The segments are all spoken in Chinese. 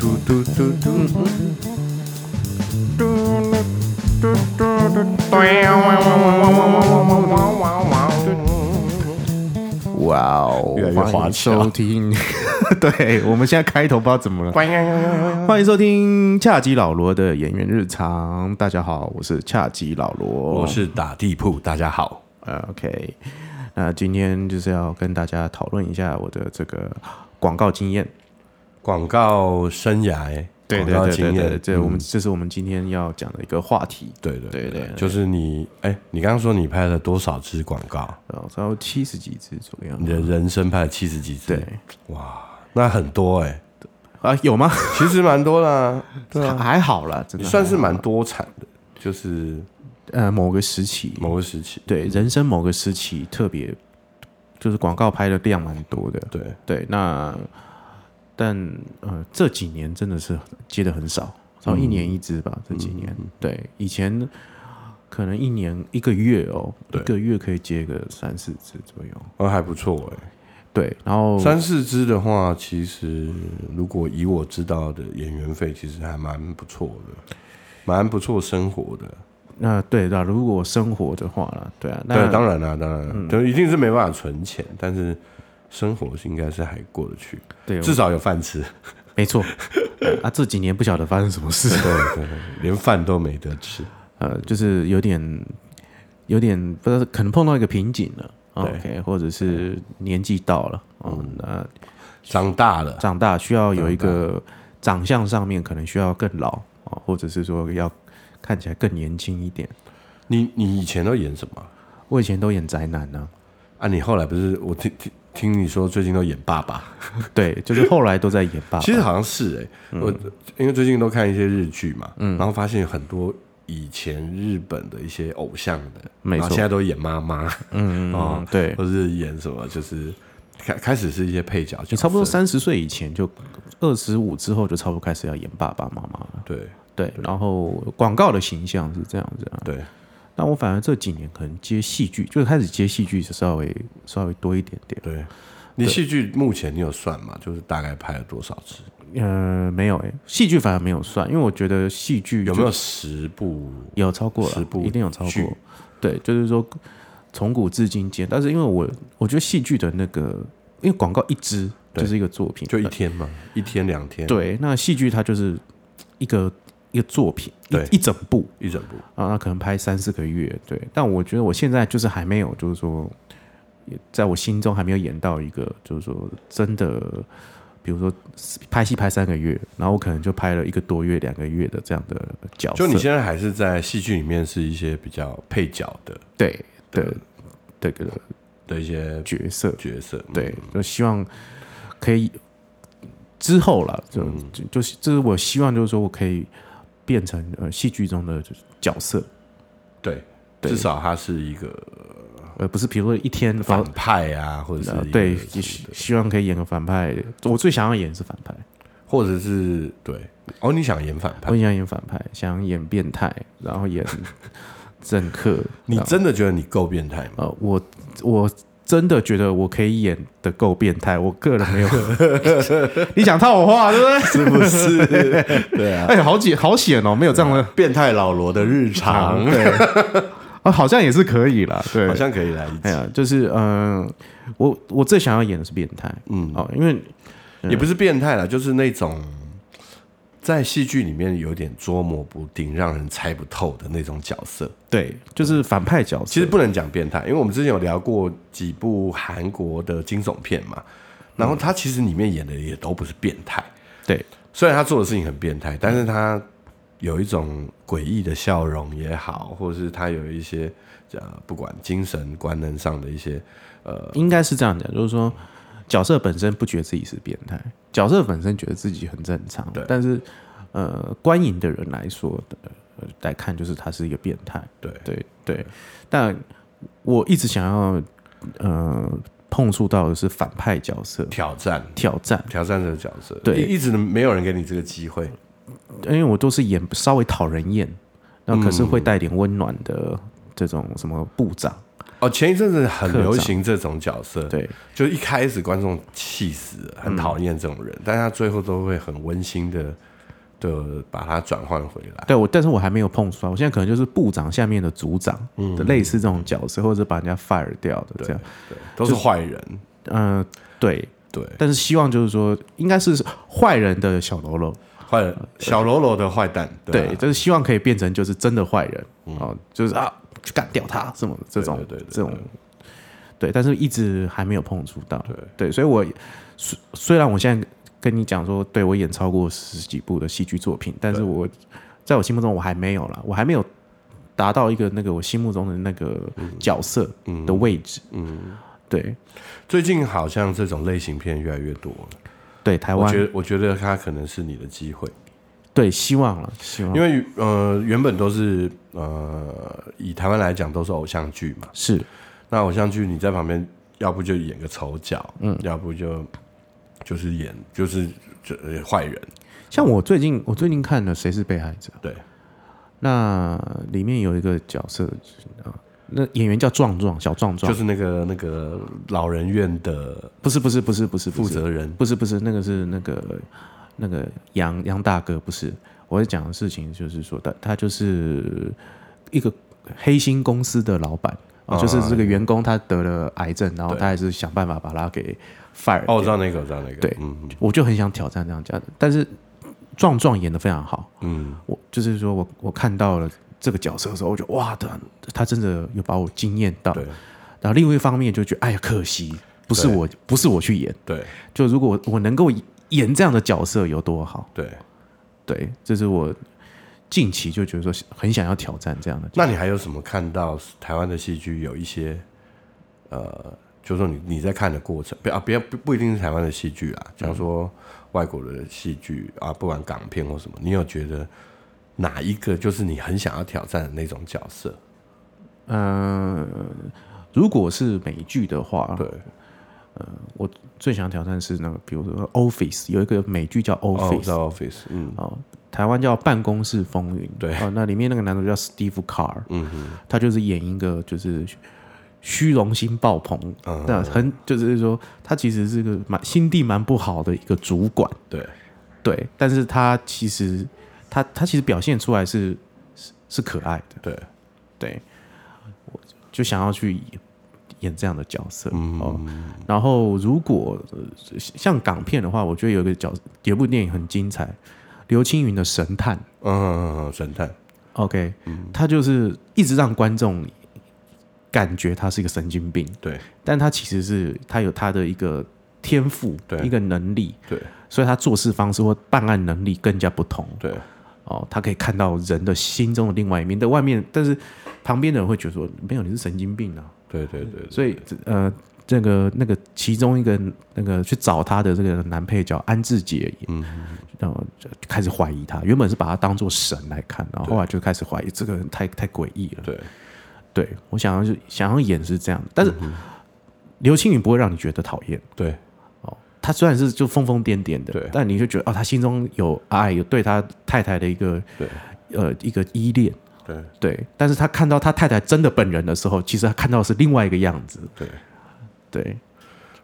嘟嘟嘟嘟嘟嘟嘟，哇哦！越来越滑欢迎稽啊收听，对我们现在开头不知道怎么了。欢迎收听恰吉老罗的演员日常。大家好，我是恰吉老罗，我是打地铺，大家好。呃，OK，那今天就是要跟大家讨论一下我的这个广告经验。广告生涯，对广对告对对对，经验，嗯这我们这是我们今天要讲的一个话题。对对对对对就是你，哎，你刚刚说你拍了多少支广告？然后差不多七十几支左右你。的人生拍了七十几支，对，哇，那很多哎，啊，有吗？其实蛮 多啦，对啊，还好啦，真你的算是还好蛮多产的，就是呃某个时期，某嗯个时期，对人生某个时期特别，就是广告拍的量蛮多的。对，嗯对，那但呃这几年真的是接的很少，少嗯一年一支吧，这几年。对，以前可能一年一个月哦，一对个月可以接个三四支左右。呃，还不错哎。对，然后三四支的话，其实如果以我知道的演员费，其实还蛮不错的，蛮不错生活的。那、对的，如果生活的话啦，对啊，那嗯对，当然啦，当然啦，就一定是没办法存钱，但是生活是应该是还过得去，对，至少有 饭吃。没错。呃啊，这几年不晓得发生什么事，对对，对连饭都没得吃。呃，就是有点有点不知道，可能碰到一个瓶颈了。对 OK，或者是年纪到了，嗯，那长大了，长大需要有一个长相上面可能需要更老啊，或者是说要看起来更年轻一点。你你以前都演什么我以前都演宅男呢、啊？你后来不是我听听听你说最近都演爸爸， 对，就是后来都在演爸爸。其实好像是哎、嗯我因为最近都看一些日剧嘛，然后发现很多以前日本的一些偶像的，没然后错现在都演妈妈，嗯，嗯嗯 哦对，或是演什么，就是开开始是一些配角角色，你差不多三十岁以前就二十五之后就差不多开始要演爸爸妈妈了。对对，然后广告的形象是这样子啊。对，那我反而这几年可能接戏剧，就是开始接戏剧是稍微稍微多一点点。对，你戏剧目前你有算吗？就是大概拍了多少支？呃，没有诶、戏剧反而没有算，因为我觉得戏剧有没就有十部？有超过十了部，一定有超剧过。对，就是说从古至今间，但是因为我我觉得戏剧的那个，因为广告一支对就是一个作品，就一天吗？一天两天？，对，那戏剧它就是一个一个作品，对一一整部一整部。啊，那可能拍三四个月，对。但我觉得我现在就是还没有，就是说，也在我心中还没有演到一个，就是说真的，比如说拍戏拍三个月，然后我可能就拍了一个多月、两个月的这样的角色。就你现在还是在戏剧里面是一些比较配角的对的这个的一些角色，角色，对，就希望可以之后了，就、嗯就就是这是我希望，就是说我可以变成呃戏剧中的角嗯色，对，对至少他是一个而不是比如说一天然反后派啊，或者呃是一对，个也希希望可以演个反派。我最想要演的是反派，或者是对哦，你想演反派我，想演反派，想演变态，然后 演政客。你然后真的觉得你够 变态吗？呃，我我真的觉得我可以演的够变态，我个人 没有。你想套我话对不对？是不是？对啊，哎、好险好险哦，没有这 样的变态老罗的日常对， 啊，好像也是可以啦，嗯对好。像可以来一哎集，呀，就是嗯、呃我我最想要演的是变态，嗯，哦，因为也不是变态啦，就是那种在戏剧里面有点捉摸不定、让人猜不透的那种角色。对，就是反派角色，其实不能讲变态，因为我们之前有聊过几部韩国的惊悚片嘛，然后他其实里面演的也都不是变态，嗯对，虽然他做的事情很变态，但是他有一种诡异的笑容也好，或者是他有一些呃，不管精神官能上的一些呃，应该是这样讲，就是说角色本身不觉得自己是变态，角色本身觉得自己很正常，对但是呃，观影的人来说，呃，来看就是他是一个变态，对对对，但我一直想要呃碰触到的是反派角色挑战挑战，挑战这个角色，对一一直没有人给你这个机会，因为我都是演稍微讨人厌，那可是会带点温暖的这种什么部长，哦，前一阵子很流行这种角色，，对就一开嗯始观众气死了，很讨厌这种人，但他最后都会很温馨的的把它转换回来。对我，但是我还没有碰出来。我现在可能就是部长下面的组长的类似这种角色，或者把人家 fire 掉的这样。对，都是坏人。嗯，对。对，但是希望就是说，应该是坏人的小喽啰，坏人小喽啰的坏蛋。对呃对，啊，嗯就是希望可以变成就是真的坏人哦，就是啊，去干掉他什么的这种对对对对这种。对，但是一直还没有碰触到。对对，所以我虽虽然我现在跟你讲说，对我演超过十几部的戏剧作品，但是我在我心目中我还没有啦，我还没有达到一个那个我心目中的那个嗯角色的位置。嗯，对最近好像这种类型片越来越多了。对，台我湾觉得，我觉得它可能是你的机会，对希望了，希望因为呃，原本都是呃，以台湾来讲都是偶像剧嘛。是那偶像剧你在旁边，要不就演个丑角，嗯，要不就就是演就是就呃坏人，像我最近我最近看了《谁是被害者》，对，那里面有一个角色啊，那演员叫壮壮，小壮壮，就是那个那个老人院的不是不是不是不是不负是责人，不是不是，那个是那个那个杨杨大哥，不是。我在讲的事情就是说，他他就是一个黑心公司的老板、啊，啊就是这个员工他得了癌症，然后对他还是想办法把他给 fire 哦，我掉知道那个，我知道那个，对嗯嗯我就很想挑战这样家的，但是壮壮演的非常好，嗯，我就是说我我看到了这个角色的时候，我觉得哇，他他真的有把我惊艳到。对然后另外一方面就觉得，哎呀，可惜不是对我不是我去演，对就如果我能够演这样的角色有多好？对。对，这是我近期就觉得说很想要挑战这样的。那你还有什么看到台湾的戏剧有一些呃，就是说你你在看的过程，不要不要不不一定是台湾的戏剧啊，假如说外国的戏剧啊，不管港片或什么，你有觉得哪一个就是你很想要挑战的那种角色？呃，如果是美剧的话，对我最想挑战是那个，比如说《Office》，有一个美剧叫《哦我 Office 知》道 Office，嗯哦，台湾叫《办公室风云》。对哦，那里面那个男主叫 Steve Carr，嗯嗯，他就是演一个就是虚荣心爆棚，嗯那很就是说他其实是个蛮心地蛮不好的一个主管。对对，但是他其实他他其实表现出来是是是可爱的，对，对，我就想要去演这样的角色、哦。嗯然后如果、呃像港片的话，我觉得有一个角有一部电影很精彩，刘青云的《神探》嗯嗯嗯，神探， ，OK，、他嗯就是一直让观众感觉他是一个神经病，对但他其实是他有他的一个天赋，对一个能力，对所以他做事方式或办案能力更加不同。对哦，他可以看到人的心中的另外一面，在外面，但是旁边的人会觉得说，没有，你是神经病啊。对对对，所以，呃，这个那个其中一个那个去找他的这个男配角安志杰，嗯然后就开始怀疑他，原本是把他当做神来看，然后后来就开始怀疑这个人太太诡异了。对对我想要是想要演是这样，但是嗯刘青云不会让你觉得讨厌。对哦，他虽然是就疯疯癫癫的对，但你就觉得哦，他心中有爱，有对他太太的一个对呃一个依恋。对对，但是他看到他太太真的本人的时候，其实他看到的是另外一个样子。对。对，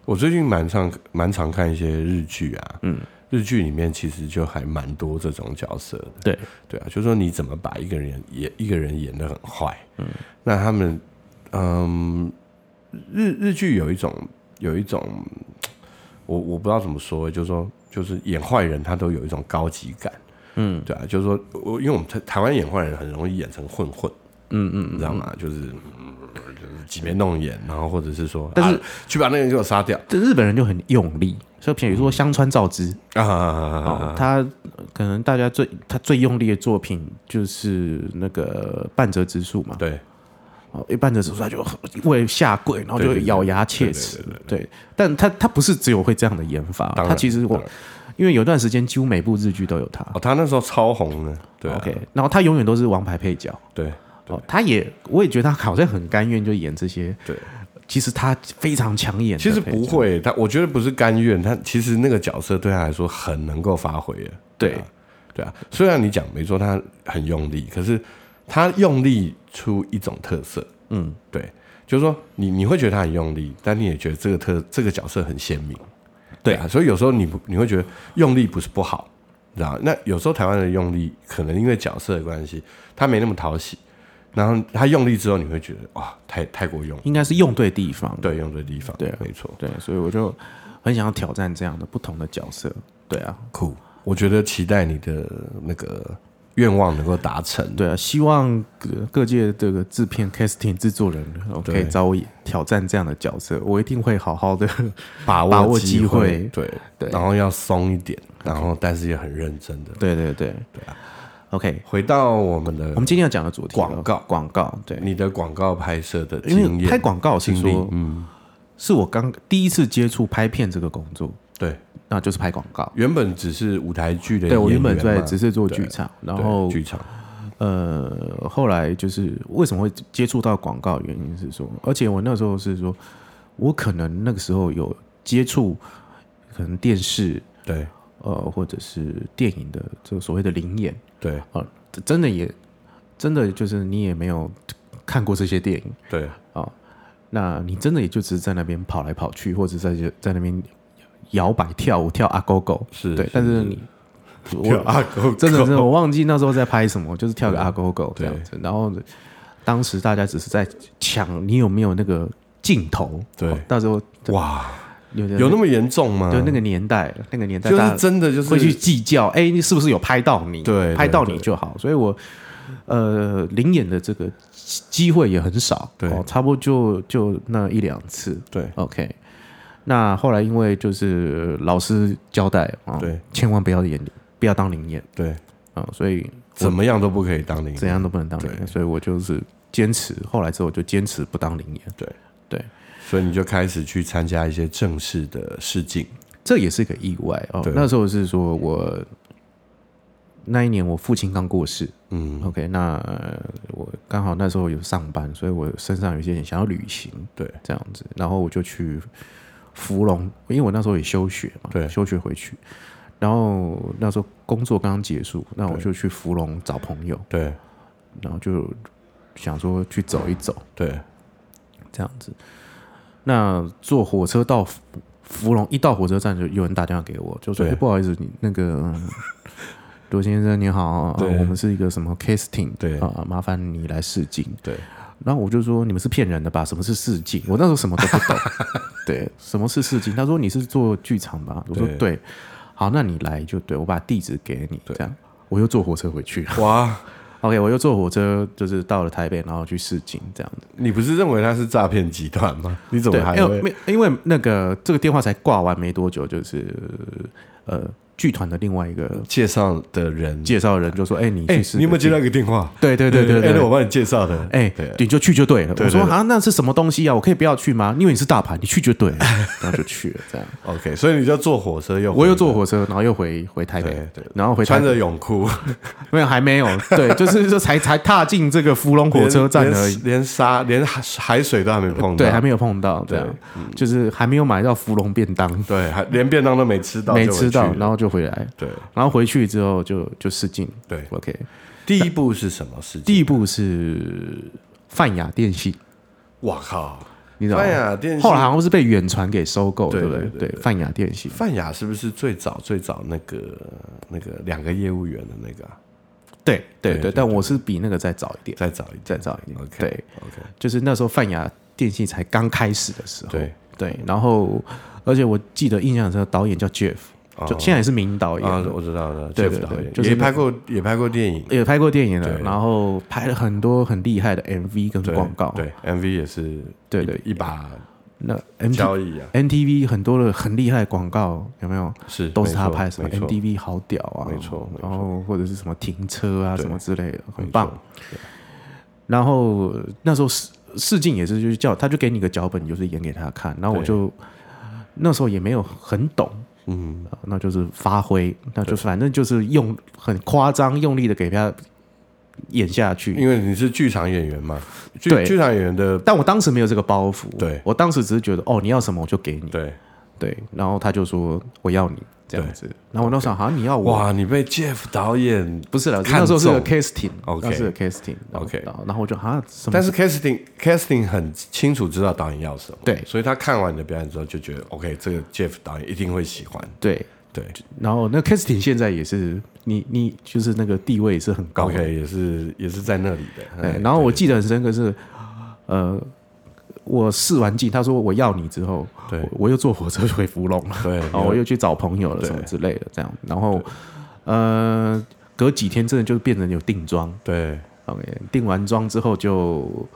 我最近蛮常蛮常看一些日剧啊，嗯，日剧里面其实就还蛮多这种角色的，对，对啊，就说你怎么把一个人演一个人演的很坏，嗯，那他们，嗯，日日剧有一种有一种，我我不知道怎么说，就是说就是演坏人他都有一种高级感，嗯，对啊，就是说我因为我们台台湾演坏人很容易演成混混。嗯嗯，你知道吗？就是、嗯就是挤眉弄眼，然后或者是说，但是啊去把那个人给我杀掉这日本人就很用力，所以比如说香川照之，哦嗯啊！，他呃可能大家最他最用力的作品就是那个半泽直树嘛，对哦，一半泽直树他就为了下跪，然后就对对对咬牙切对对齿对，对，但他他不是只有会这样的演法，当然他其实我当然因为有段时间几乎每部日剧都有他哦，他那时候超红的，对啊、 ，OK，然后他永远都是王牌配角。对哦，他也，我也觉得他好像很甘愿就演这些。对，其实他非常抢眼的其实配不角，会，他我觉得不是甘愿，他其实那个角色对他来说很能够发挥的，对对啊，虽然你讲没错，他很用力，可是他用力出一种特色，嗯，对，就是说你你会觉得他很用力，但你也觉得这个特这个角色很鲜明，对啊，所以有时候你不你会觉得用力不是不好，你知道吗？那有时候台湾人用力，可能因为角色的关系，他没那么讨喜，然后他用力之后，你会觉得哇，太太过用，应该是用对地方。对，用对地方，嗯对啊没错，对，所以我就很想要挑战这样的不同的角色。对啊，酷。我觉得期待你的那个愿望能够达成，对啊，希望各各界这个制片、casting 制作人哦可对以找我演挑战这样的角色，我一定会好好 的。把把握握机机会对对然后要松一点，然后但是也很认真的。对对对对啊。OK，回到我们我们的今天要讲的主题了广告广告对，你的广告拍摄的经因为验，拍广告是经历说，，嗯，是我刚第一次接触拍片这个工作，对，那就是拍广告。原本只是舞台剧的演对员嘛，我原本在只是做对剧场，然对后剧场，呃，后来就是为什么会接触到广告，原因是说，而且我那时候是说，我可能那个时候有接触可能电视对呃或者是电影的这个所谓的灵眼，对真的也真的就是你也没有看过这些电影，对那你真的也就只是在那边跑来跑去，或者在在那边摇摆跳舞跳阿狗狗，是对是，但是你 跳我阿 狗真的真的我忘记那时候在拍什么，就是跳个阿狗狗这对样子，然后当时大家只是在抢你有没有那个镜头，对哦那时候哇，有有那么严重吗？对那个年代那个年代就大是家真的就是会去计较，哎，你是不是有拍到你？对拍到你对就好。所以我呃领演的这个机机会也很少，对哦，差不多就就那一两次。对 OK，那后来因为就是老师交代啊，哦对，千万不要演，不要当灵演对，啊，所以怎么样都不可以当零怎样都不能当灵演，所以我就是坚持，后来之后我就坚持不当灵演。对对，所以你就开始去参加一些正式的试镜，这也是个意外哦对。那时候是说我那一年我父亲刚过世，嗯， OK，那呃我刚好那时候有上班，所以我身上有一些想要旅行对这样子，然后我就去芙蓉，因为我那时候也休学嘛，对休学回去，然后那时候工作刚刚结束，那我对就去芙蓉找朋友，对然后就想说去走一走对这样子。那坐火车到芙芙蓉，一到火车站就有人打电话给我，就说：“对哎不好意思，你那个。 嗯”罗先生，你好，啊对我们是一个什么 casting，对啊，麻烦你来试镜。对，然后我就说：“你们是骗人的吧？什么是试镜？”我那时候什么都不 懂。对，什么是试镜？他说：“你是做剧场吧？”我说对：“对。”好，那你来就对，我把地址给你，这样我又坐火车回去了。哇， OK，我又坐火车，就是到了台北，然后去试镜这样子。你不是认为他是诈骗集团吗？你怎对么，还因为会没因为那个这个电话才挂完没多久，就是呃剧团的另外一个介绍的人？介绍人就说：“哎、你哎去，试。你有没有接到一个电话？对对对对对哎，那我帮你介绍的。哎、对你就去就对了。对我对说啊，那是什么东西啊？我可以不要去吗？因为你是大牌，你去就对 了，然后就去了。这样， ，OK，所以你就坐火车又回我又坐火车，然后又回回台北，对对然后回台穿北着泳裤没有还没有，对，就是说才才踏进这个芙蓉火车站而已，连连连沙连海海水都还没碰到，对，还没有碰到，这样对嗯就是还没有买到芙蓉便当，对，还连便当都没吃到，没吃到，然后后就回来，对然后回去之后就就试镜对， ，OK，第一步是什么事情？第一步是泛亚电信，我靠，你知道泛吗？亚电信后来，好像是被远传给收购，对对不对对？对对，泛亚电信，泛亚是不是最早最早那个那个两个业务员的那个啊？对对对对对，但我是比那个再早一点，再早一点再早一点。 OK 对， ，OK，就是那时候泛亚电信才刚开始的时候。对，对，然后而且我记得印象中导演叫 Jeff，哦就现在也是名导啊演，，我知道了，对对 Jeff 导演对就是也拍过也拍过电影，也拍过电影了，对然后拍了很多很厉害的 MV 跟对广告。啊对 MV 也是对一对一把那 M 交易啊， MTV 很多的很厉害的广告有没有？是都是没他错拍，什么没错 MTV 好屌啊，没错没错然后或者是什么停车啊对什么之类的，很没棒错。然后呃那时候试试镜也是，就是叫他就给你个脚本，你就是演给他看。然后我对就那时候也没有很懂，嗯，呃那就是发挥，那就反正就是用很夸张用力的给他演下去。因为你是剧场演员嘛，剧对剧场演员的但我当时没有这个包袱，对我当时只是觉得哦，你要什么我就给你，对，对。然后他就说我要你这样子，然后我那时候啊好像你要我，嗯哇，你被 Jeff 导演，不是了，看那时候是个中 casting， OK 那是个 casting，然后 OK 然后然后我就啊什么但？是 casting casting 很清楚知道导演要什么，对所以他看完你的表演之后就觉得，OK，这个 Jeff 导演一定会喜欢，对对然后那 Kestin 现在也是你你就是那个地位也是很高的， ，OK，也是也是在那里的。哎哎，然后我对记得很深刻是，呃，我试完镜，他说我要你之后，我对我又坐火车回芙蓉了，对，然后我又去找朋友了对什么之类的，这样，然后呃，隔几天真的就变成有定妆对，OK，定完妆之后就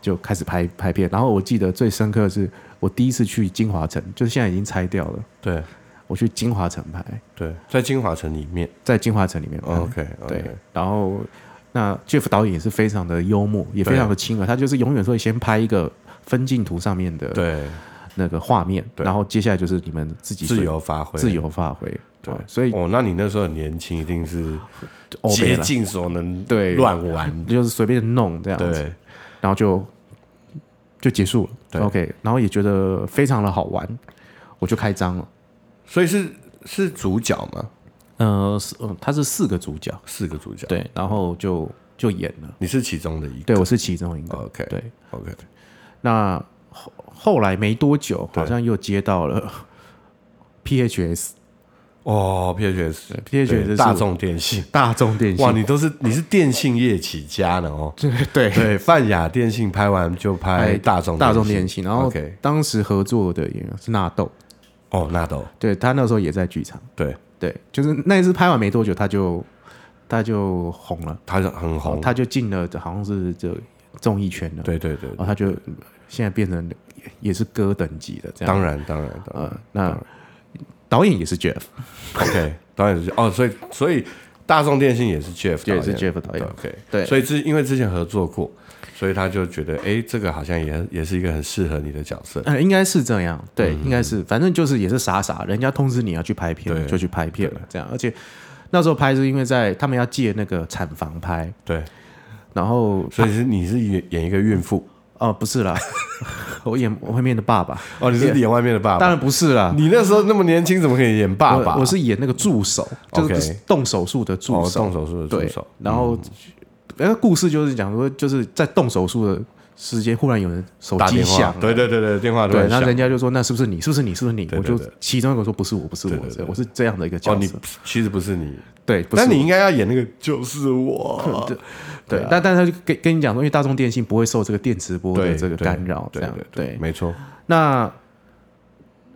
就开始拍拍片，然后我记得最深刻的是我第一次去金华城，就是现在已经拆掉了，对我去金华城拍，对，在金华城里面。在金华城里面拍。哦 OK，嗯对，然后那 Jeff 导演也是非常的幽默，也对非常的亲和，他就是永远会先拍一个分镜图上面的对，那个画面，对然后接下来就是你们自己自由发挥，自由发挥。对哦所以哦，那你那时候很年轻，一定是欧美竭了尽所能对乱玩，就是随便弄这样子，对然后就就结束对了。OK，然后也觉得非常的好玩，我就开张了。所以是是主角嘛，呃，是，嗯他是四个主角，四个主角，，对，然后就就演了。哦你是其中的一个对，我是其中一个。 ，OK，对， ，OK，那后后来没多久，对好像又接到了 PHS 哦，PHS， 对 PHS 是对大众电信，大众电信。哇，你都是你是电信业起家的哦，对对对，泛亚电信拍完就拍拍大众大众电电信，然后 OK，当时合作的演员是纳豆，哦，纳豆，对他那时候也在剧场，对，对，就是那一次拍完没多久，他就他就红了，他很红，哦他就进了好像是这综艺圈了，，哦对对对，然后他就呃现在变成也也是歌等级的这样，当然当然当然呃，那导演也是 Jeff， ，OK，导演是哦，所以所以大众电信也是 Jeff，也导是演 Jeff 导演， OK，对所以之因为之前合作过，所以他就觉得，哎，这个好像也也是一个很适合你的角色。呃，应该是这样，对，嗯应该是，反正就是也是傻傻，人家通知你要去拍对片，就去拍片了，这样。而且那时候拍是因为在他们要借那个产房拍，对，然后所以是你是演演一个孕妇哦、不是啦， 我演我外面的爸爸，哦，你是演外面的爸啊当爸。然不是啦，你那时候那么年轻，怎么可以演爸爸？我我是演那个助手，就 OK 是动手术的助哦，手，动手术的助对手。，嗯然后。那个故事就是讲说，就是在动手术的时间，忽然有人手打机电响话，了，对对对对，电话都对，很那响。人家就说那是不是你？是不是你？是不是你？对对我对就其中一个说不是我，不是我，对对对我是这样的一个角哦，你色。其实不是你，对，不是但我你啊应该要演那个就是 我。对，但但他就跟跟你讲说，因为大众电信不会受这个电磁波的对这个对干扰，这对样对对，没错。那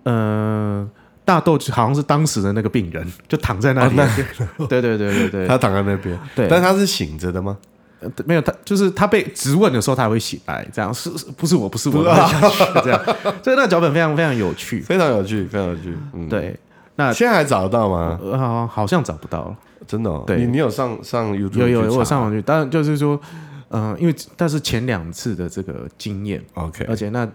呃，大豆好像是当时的那个病人，就躺在那里，哦 对对对对对他躺在那边，对但他是醒着的吗？呃没有他，就是他被质问的时候，他还会醒来，这样是是不是我不是我啊然后下去这样，所以那个脚本非常非常有趣。非常有趣，非常有趣。嗯，对，那现在还找得到吗？呃好好像找不到了。真的哦，对你你有上上 YouTube 有有嗯去有，我查上网去，当然就是说，嗯、因为但是前两次的这个经验， OK，而且那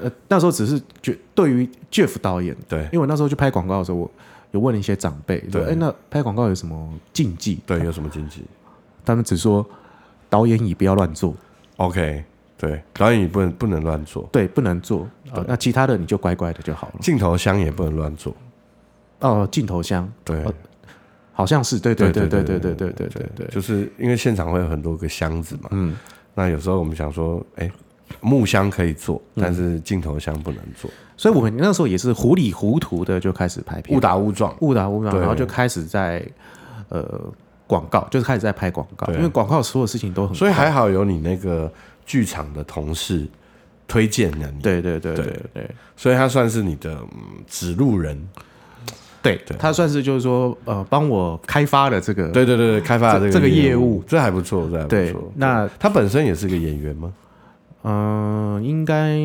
呃那时候只是觉对于 Jeff 导演，对因为我那时候去拍广告的时候，我有问了一些长辈，说对哎、那拍广告有什么禁忌？对，有什么禁忌他们只说导演椅不要乱做， ？OK，对，导演也不能不能乱做，对，不能做。啊呃那其他的你就乖乖的就好了。镜头箱也不能乱做，哦，镜头箱对，哦好像是，对对对对对对对对对对对对，就是因为现场会有很多个箱子嘛，嗯，那有时候我们想说，哎，木箱可以做，嗯但是镜头箱不能做，所以我们那时候也是糊里糊涂的就开始拍片误，打误撞，误打误撞，对然后就开始在呃广告，就是开始在拍广告，对因为广告所有事情都很快，所以还好有你那个剧场的同事推荐了你，对对对对对对所以他算是你的嗯指路人，对对他算是就是说呃帮我开发了这个对对对，对开发了这这个这个业务务，这还不错，这还不对错。那他本身也是个演员吗？嗯、呃应该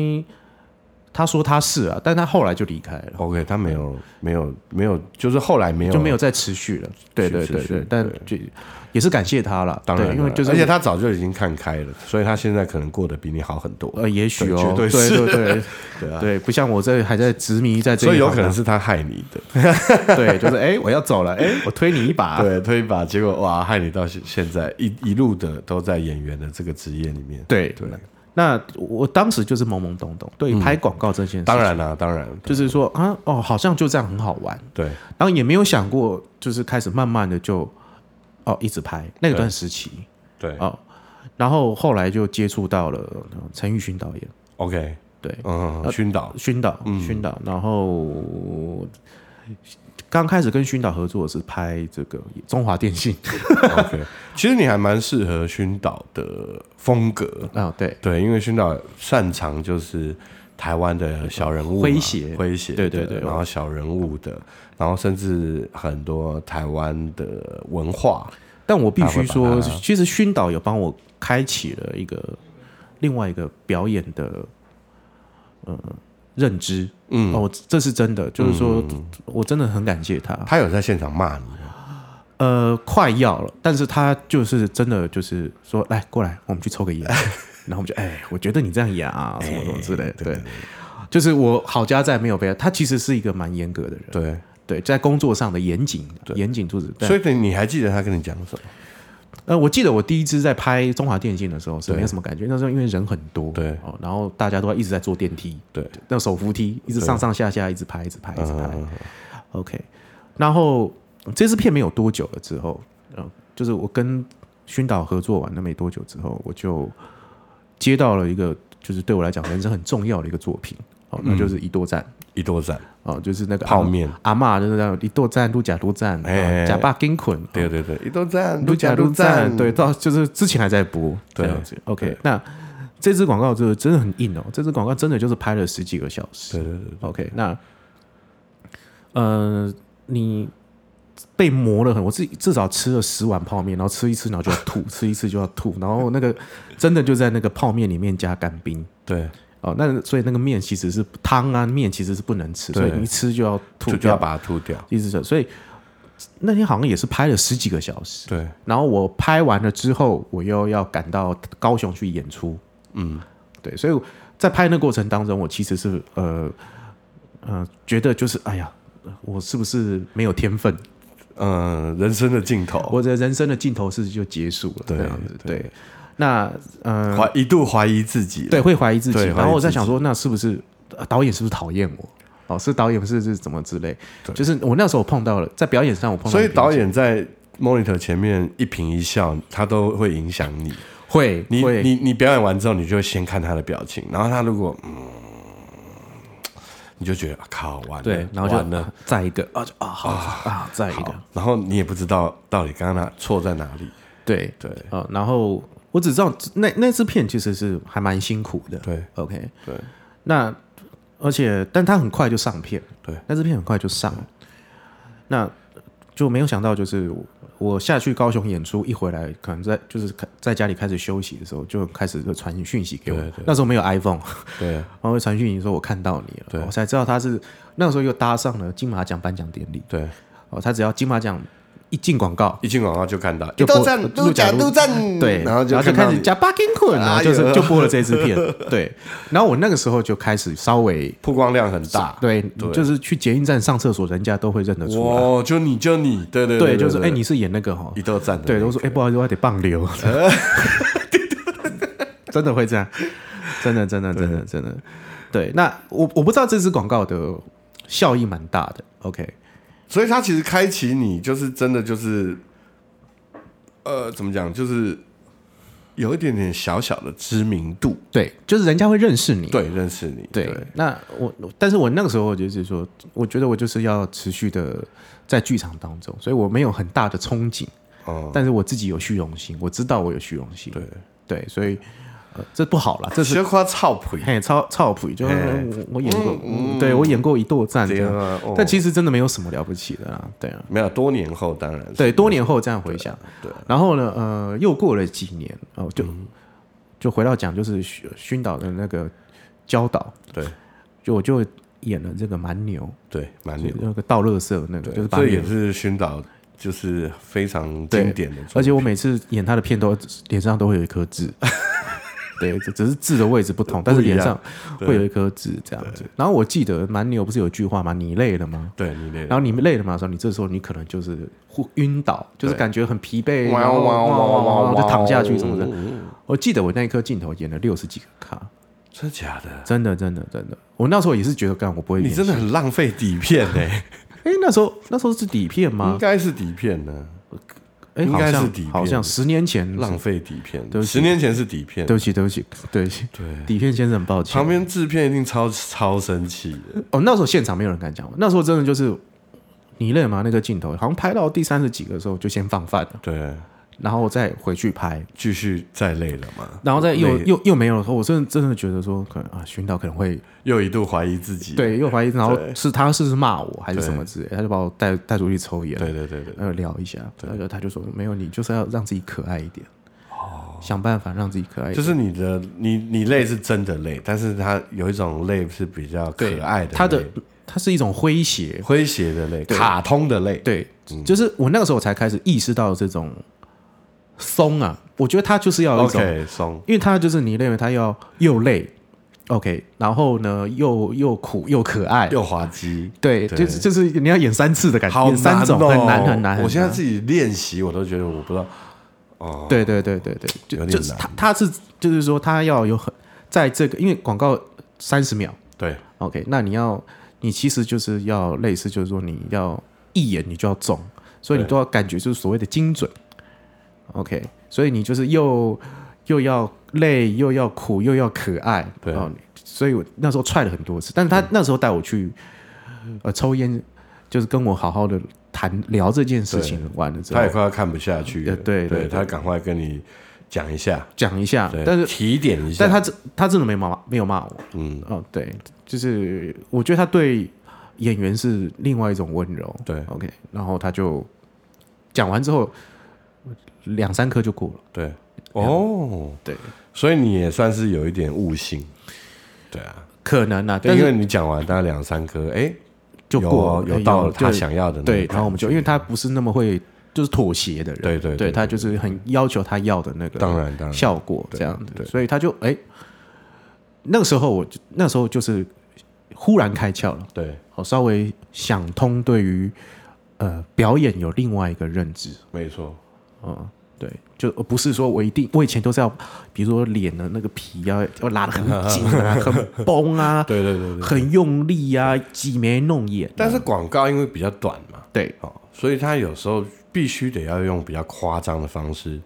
他说他是啊，但他后来就离开了。 OK，他没有没有没有，就是后来没有呃就没有再持续了，对对持对续对，但就也是感谢他了，当然，对因为就是而且他早就已经看开了，所以他现在可能过得比你好很多，呃，也许哦，对对绝对对是对对对啊对不像我这还在执迷在这一所以有行可能啊是他害你的，对，就是哎，我要走了，哎，我推你一把，对，推一把，结果哇，害你到现现在一一路的都在演员的这个职业里面，对对，那我当时就是懵懵懂懂，对于拍广告这件事，嗯当然啦、当然就是说啊，哦，好像就这样很好玩，对然后也没有想过，就是开始慢慢的就哦一直拍那段时期对哦，然后后来就接触到了呃陈玉勋导演， ，OK，对，嗯，呃熏导，勋导，勋导，然后刚开始跟熏导合作的是拍这个中华电信 OK，其实你还蛮适合熏导的风格，啊，对，对，因为熏导擅长就是台湾的小人物嘛诙谐诙谐，对对对然后小人物的，然后甚至很多台湾的文化，但我必须他会说，把它其实熏导有帮我开启了一个另外一个表演的呃认知。嗯，哦，这是真的，就是说、嗯我真的很感谢他。他有在现场骂你吗，呃，快要了，但是他就是真的就是说，来过来，我们去抽 个烟。然后我们就哎，我觉得你这样演啊，什哎么什么之类的。对，就是我好家在没有被他，他其实是一个蛮严格的人，对，对，在工作上的严谨，严谨做事。但所以你你还记得他跟你讲什么？呃，我记得我第一次在拍中华电信的时候是对没有什么感觉，那时候因为人很多，对哦，然后大家都一直在坐电梯，对，那手扶梯一直上上下下，一直拍，一直拍，一直拍。嗯， OK，然后这支片没有多久了之后，呃，就是我跟熏导合作完了没多久之后，我就接到了一个就是对我来讲人生很重要的一个作品，哦，那就是一多站，一多赞，哦，就是那个嗯泡面，阿嬷就是那种一多站、路甲多站、哎假爸跟捆，哦对对对，一多赞，路甲加路站，赞，对，到就是之前还在播，对这样子。OK，对那这支广告就真的很硬哦，这支广告真的就是拍了十几个小时。对对对， OK，那呃，你被磨了很，我自己至少吃了十碗泡面，然后吃一吃，然后就要 吐，吃一次就要吐，然后那个真的就在那个泡面里面加干冰。对，哦，那所以那个面其实是汤啊，面其实是不能吃，所以对你一吃就要吐就就掉要，把它吐掉，一直吃。所以那天好像也是拍了十几个小时，对，然后我拍完了之后，我又要赶到高雄去演出。嗯，对，所以在拍那过程当中，我其实是呃呃觉得就是哎呀，我是不是没有天分？嗯，人生的尽头，我的人生的尽头是就结束了对这样子。对对，那呃，怀一度怀疑自己，对，，会怀疑自己。对然后我在怀疑自己想说，那是不是呃导演是不是讨厌我？哦，是导演是是怎么之类？对就是我那时候碰到了，在表演上我碰到了所瓶以颈，导演在 monitor 前面一颦一笑，他都会影响你。会你会你你表演完之后，你就会先看他的表情，然后他如果嗯，你就觉得、啊、靠完了，对，然后就完了。啊再一个啊就啊好啊再一个好，然后你也不知道到底刚刚哪错在哪里，对对啊，然后我只知道那那支片其实是还蛮辛苦的。对 OK，对那而且但它很快就上片，对，那支片很快就上了，那就没有想到就是我我下去高雄演出一回来，可能在就是在家里开始休息的时候，就开始就传讯息给我对对，那时候没有 iPhone， 对然后会传讯息说我看到你对了，我才知道他是那时候又搭上了金马奖颁奖典礼对，哦，他只要金马奖一进广告。一进广告就看到就一播都站路都甲站路都 站，对，然后就看开到始你加 bargain 困，然后哎就呦是就播了这支片， 对，然后我那个时候就开始稍微曝光量很大，对，对就是去捷运站上厕所，人家都会认得出来，哇，就你就你，对对对，就是哎，你是演那个哈一，都站的对，那都个说哎，不好意思，我还得棒 流， 真的会这样，真的真的真的真的，对，那我我不知道这支广告的效益蛮大的，OK，所以它其实开启你，就是真的就是，呃，怎么讲，就是有一点点小小的知名度，对，就是人家会认识你，对，认识你，对，那我，但是我那个时候就是说，我觉得我就是要持续的在剧场当中，所以我没有很大的憧憬，哦、但是我自己有虚荣心，我知道我有虚荣心，对，对，所以、呃、这不好了，这这 是是夸操皮，嘿超超普，就是嘿嗯我我演过，嗯对我演过一垛战这这样，个哦但其实真的没有什么了不起的啦，对啊，没有多年后，当然是对，多年后这样回想，对嗯然后呢，呃，又过了几年，哦、就、就回到讲就是熏熏导的那个教导，对就我就演了这个蛮牛。对，蛮就牛是，那个倒垃圾那个，对就是把这脸也是熏导，就是非常对经典的作品，而且我每次演他的片都脸上都会有一颗 痣，对，只只是痣的位置不同，但是不一样脸上对会有一颗痣这样子。然后我记得蛮牛不是有一句话吗？你累了吗？对你那然后你累了嘛的时候，你这时候你可能就是呼晕倒，就是对感觉很疲惫，然后哇哇哇哇哇就躺下去什么的。嗯我记得我那一颗镜头演了六十几个卡，真的假的？真的真的真的，我那时候也是觉得干我不会演你戏。真的很浪费底片呢、哎，那时候那时候是底片应吗？该是底片呢，哎，应好该是像底片好像十年前浪费底片对，不起十年前是底片，对不起，对不起，对不起，对。底片先生很抱歉旁。边制片一定超超生气的，哦，那时候现场没有人敢讲，那时候真的就是你认吗？那个镜头好像拍到第三十几个的时候就先放饭了，对，然后再回去拍，继续再累了嘛，然后再又累又又没有的时候，我真的真的觉得说可能啊，寻导可能会又一度怀疑自己，对又怀疑，然后对是他是不是骂我还是对什么之类，他就把我带带出去抽烟，对对对对，然后聊一下，然后他就说没有，你就是要让自己可爱一点，哦，想办法让自己可爱一点，就是你的你你累是真的累，但是它有一种累是比较可爱的，他的他是一种诙谐，诙谐的累，对卡通的累，对，就是我那个时候才开始意识到这种松啊，我觉得他就是要有一种，OK 松，因为他就是你认为他要又累，OK，然后呢又又苦又可爱，又滑稽，对，对就是就是你要演三次的感觉，好演哎三难种哦很难很难。我现在是自己练习，我都觉得我不知道，对对对对对，就有点就是难他他是就是说他要有很在这个因为广告三十秒对，OK，那你要你其实就是要类似就是说你要一眼你就要中，所以你对都要感觉就是所谓的精准，OK，所以你就是又又要累又要苦又要可爱，对嗯哦，所以我那时候踹了很多次，但是他那时候带我去呃抽烟，就是跟我好好的谈聊这件事情完了之后他也，快要看不下去了，啊呃对对对对，他赶快跟你讲一下，讲一下对，但是提点一下，但他真他真的没骂没有骂我，嗯，哦，对，就是我觉得他对演员是另外一种温柔。对，OK，然后他就讲完之后，两三颗就过了。对，哦，对，所以你也算是有一点悟性，对啊，可能啊，对但因是为你讲完大概两三颗，哎，就有过哦了有到了就他想要的那个对，感觉然后我们就因为他不是那么会就是妥协的人，对对对对他就是很要求他要的那个当然当然效果这样对子，所以他就哎，那个时候我就那时候就是忽然开窍了，对，我稍微想通对于呃表演有另外一个认知。没错，嗯，对，就不是说我一定，我以前都是要，比如说脸的那个皮要要拉的很紧啊，很绷啊，对对对对，很用力啊，挤眉弄眼啊、但是广告因为比较短嘛，对哦，所以他有时候必须得要用比较夸张的方式，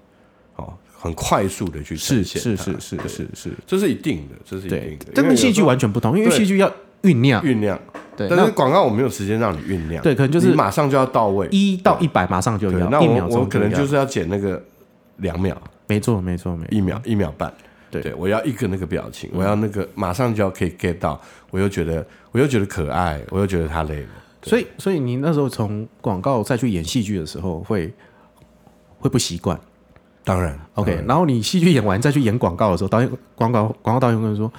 哦，很快速的去是呈现是它是是是是，这是一定的，这是一定对的。，但因跟为戏剧完全不同，因为对戏剧要酝酿，酝酿，对，但那是广告我没有时间让你酝酿，对可能就是你马上就要到位。一到一百马上就对，要，那一秒我我钟可能要就是要剪那个两秒、没错没错没错，一秒、一秒半。对嗯对，我要一个那个表情，我要那个马上就要可以 get 到，我又觉得我又觉得可爱，我又觉得他累了。所以所以你那时候从广告再去演戏剧的时候会会不习惯。当然 OK，然后你戏剧演完再去演广告的时候，导演广告广告导演跟你说，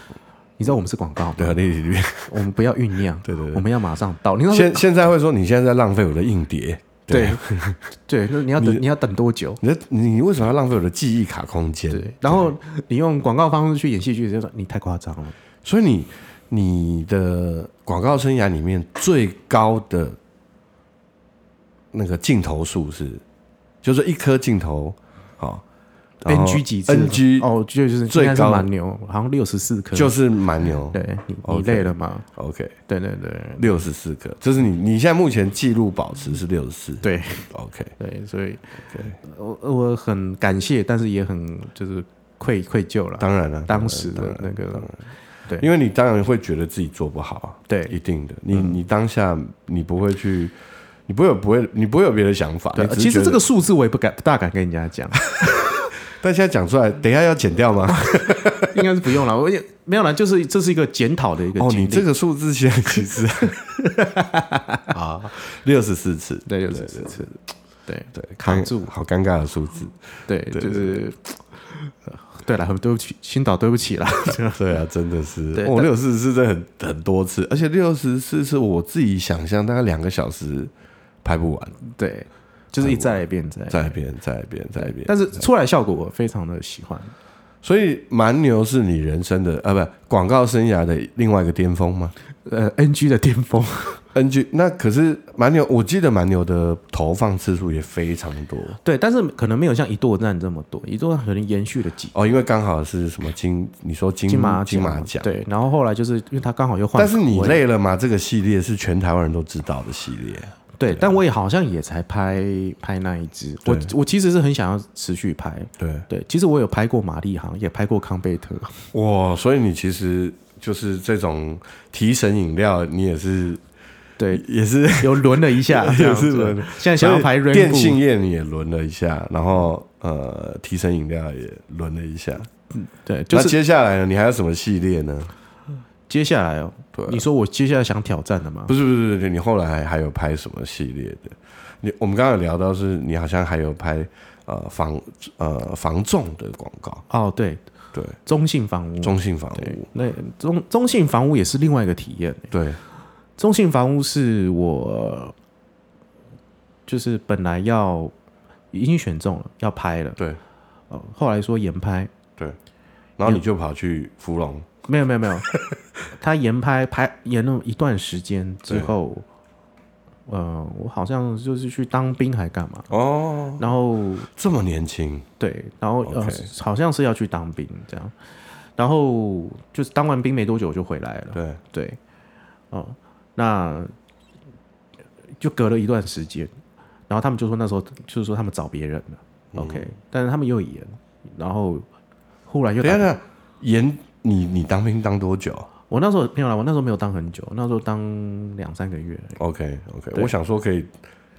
你知道我们是广告吗？对啊，你你我们不要酝酿，对对对我们要马上到。你要现现在会说你现在在浪费我的硬碟，对 对，就是你要等你要等多久？你在你为什么要浪费我的记忆卡空间？对，然后你用广告方式去演戏剧，就说你太夸张了。所以你你的广告生涯里面最高的那个镜头数是，就是一颗镜头，好、然后 NG 几次 NG 哦，就就是最应该是高蛮牛，好像六十四颗，就是蛮牛。对你你 OK 累了吗？ OK，对对对六十四颗，这是你你现在目前记录保持是六十四。对，OK 对，所以 OK，我我很感谢，但是也很就是愧愧疚了。当然了，当时的那个对因为你当然会觉得自己做不好啊，对嗯一定的。你你当下你不会去，你不会有不会，你不会有别的想法。对啊啊你，只是其实觉得这个，数字我也不敢不大敢跟人家讲， 但现在讲出来，等一下要剪掉吗？啊应该是不用了。我也没有啦，就是这是一个检讨的一个 哦，经历你这个数字现在其 实啊，六十四次，对六十四次，对对，扛尴住好尴尬的数字。 对，就是呃对了，很对不起，青岛对不起啦。对啊，真的是对，我但六十四次真的很很多次，而且六十四次我自己想象大概两个小时拍不完，对，就是一再一遍再哎再一遍，再一遍，再一遍。但是出来效果我非常的喜欢。所以蛮牛是你人生的啊，不广告生涯的另外一个巅峰吗呃，NG 的巅峰， ？NG 那可是蛮牛，我记得蛮牛的投放次数也非常多对，但是可能没有像一舵战这么多，一舵战可能延续了几哦，因为刚好是什么金，你说金金马金马奖奖，对，然后后来就是因为他刚好又换但口是味，你累了吗？这个系列是全台湾人都知道的系列，对，但我也好像也才拍拍那一支，我我其实是很想要持续拍。对，对，其实我有拍过玛丽航，也拍过康贝特，哇，所以你其实就是这种提神饮料，你也是对，也是有轮了一 下，这样子也是轮了现在想 要排 r a 电信业你也轮了一下，然后呃，提神饮料也轮了一下。对，就那是接下来呢？你还有什么系列呢？接下来哦，对啊你说我接下来想挑战的吗？不是不是不是，你后来还有拍什么系列的？你我们刚刚有聊到是，你好像还有拍呃防呃防重的广告，哦，对，对，中性房屋，中性房对屋，，那中中性房屋也是另外一个体验。对，中性房屋是我就是本来要已经选中了，要拍了，对，呃，后来说延拍，然后你就跑去芙蓉，没有没有 没有，他延拍拍延了一段时间之后，呃，我好像就是去当兵还干嘛，哦，然后这么年轻，对，然后呃 OK 好像是要去当兵这样，然后就是当完兵没多久我就回来了，对，对，哦、那就隔了一段时间，然后他们就说那时候就是说他们找别人了、o 嗯 k 但是他们又延，然后忽然又等打一下呢，严，你你当兵当多久我那时候没有啦，我那时候没有当很久，那时候当两三个月。 ？OK OK，对我想说可以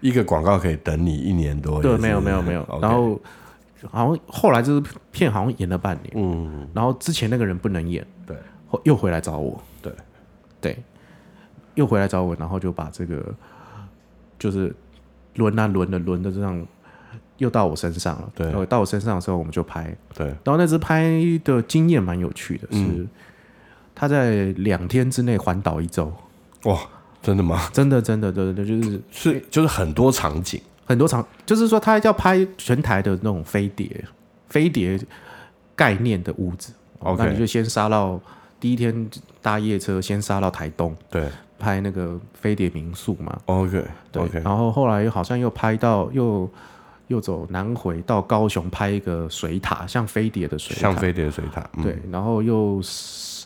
一个广告可以等你一年多，对，哦也是没有没有没有 OK，然后好像后来就是片好像延了半年，嗯，然后之前那个人不能演，对，后又回来找我，对对，又回来找我，然后就把这个就是轮啊轮的轮的这样又到我身上了，对然后到我身上的时候我们就拍，对，然后那支拍的经验蛮有趣的，是嗯他在两天之内环岛一周，哇，真的吗？真的真的对对对，就是是就是很多场景，很多场，就是说他要拍全台的那种飞碟飞碟概念的屋子。 OK 那你就先杀到第一天搭夜车，先杀到台东对拍那个飞碟民宿嘛。 ，OK 对 OK，然后后来又好像又拍到又又走南回到高雄拍一个水塔，像飞碟的水塔。像飞碟水塔，嗯对，，然后又杀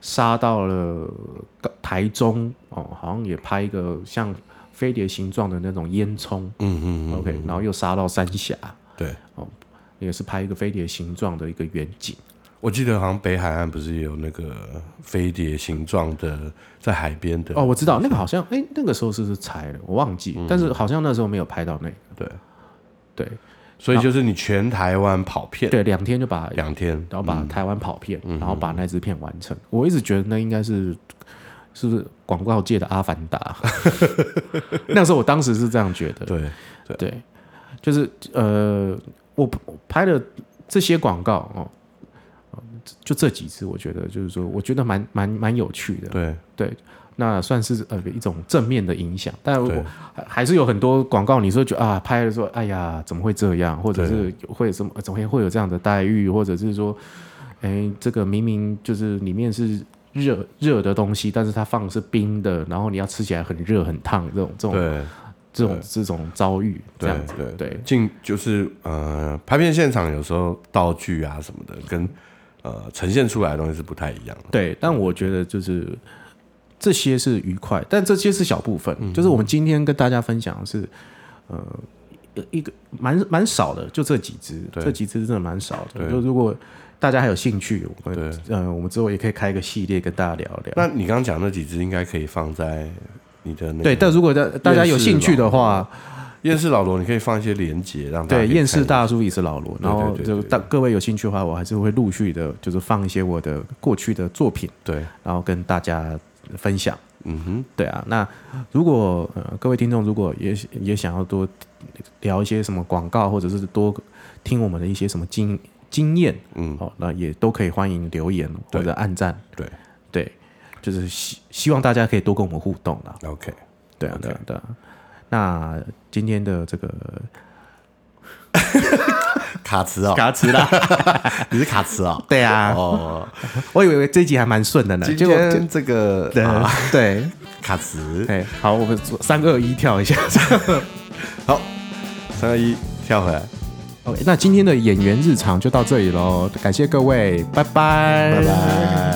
杀到了高台中哦，好像也拍一个像飞碟形状的那种烟囱。嗯嗯嗯 OK，然后又杀到三峡，对，也是拍一个飞碟形状的一个远景。我记得好像北海岸不是也有那个飞碟形状的，在海边的哦，我知道那个好像，哎、那个时候是不是拆了？我忘记，但是好像那时候没有拍到那个。嗯对，对所以就是你全台湾跑遍对，两天就把，两天，然后把台湾跑遍，然后把那支片完成。我一直觉得那应该是。是不是广告界的阿凡达？那时候我当时是这样觉得，对，对，就是呃，我我拍的这些广告哦，就这几支，我觉得就是说，我觉得蛮蛮蛮有趣的，对，那算是呃一种正面的影响，但对我还还是有很多广告，你说觉得啊拍的说，哎呀怎么会这样，或者是会有什么怎么会会有这样的待遇，或者是说，哎这个明明就是里面是热热的东西，但是它放的是冰的，然后你要吃起来很热很烫，这种这种对，这种这种遭遇这样子，对对进就是呃，拍片现场有时候道具啊什么的，跟呃呈现出来的东西是不太一样的。对，但我觉得就是这些是愉快，但这些是小部分。嗯就是我们今天跟大家分享的是，呃，一一个蛮蛮少的，就这几支，对这几支真的蛮少的。对就如果大家还有兴趣，我们呃，我们之后也可以开一个系列跟大家聊聊。那你刚刚讲那几只应该可以放在你的那个对，但如果大大家有兴趣的话，厌世老罗，你可以放一些连接让大家对，可以厌世看大叔也是老罗，对然后对对就对大各位有兴趣的话，我还是会陆续的，就是放一些我的过去的作品，对，然后跟大家分享。嗯哼，对啊，那如果呃各位听众如果也也想要多聊一些什么广告，或者是多听我们的一些什么经经验，嗯，哦，那也都可以欢迎留言对或者按赞，对对，就是希希望大家可以多跟我们互动啦。 ，OK，对啊，对啊 OK，对啊。那今天的这个卡池啊，嘎词 啦，你是卡池 啊，对啊，哦，我以为这一集还蛮顺的呢，今结果天这个对啊对，卡池，哎，好，我们做三二一跳一下。好，三二一跳回来， OK，那今天的演员日常就到这里喽，感谢各位，拜拜，拜拜。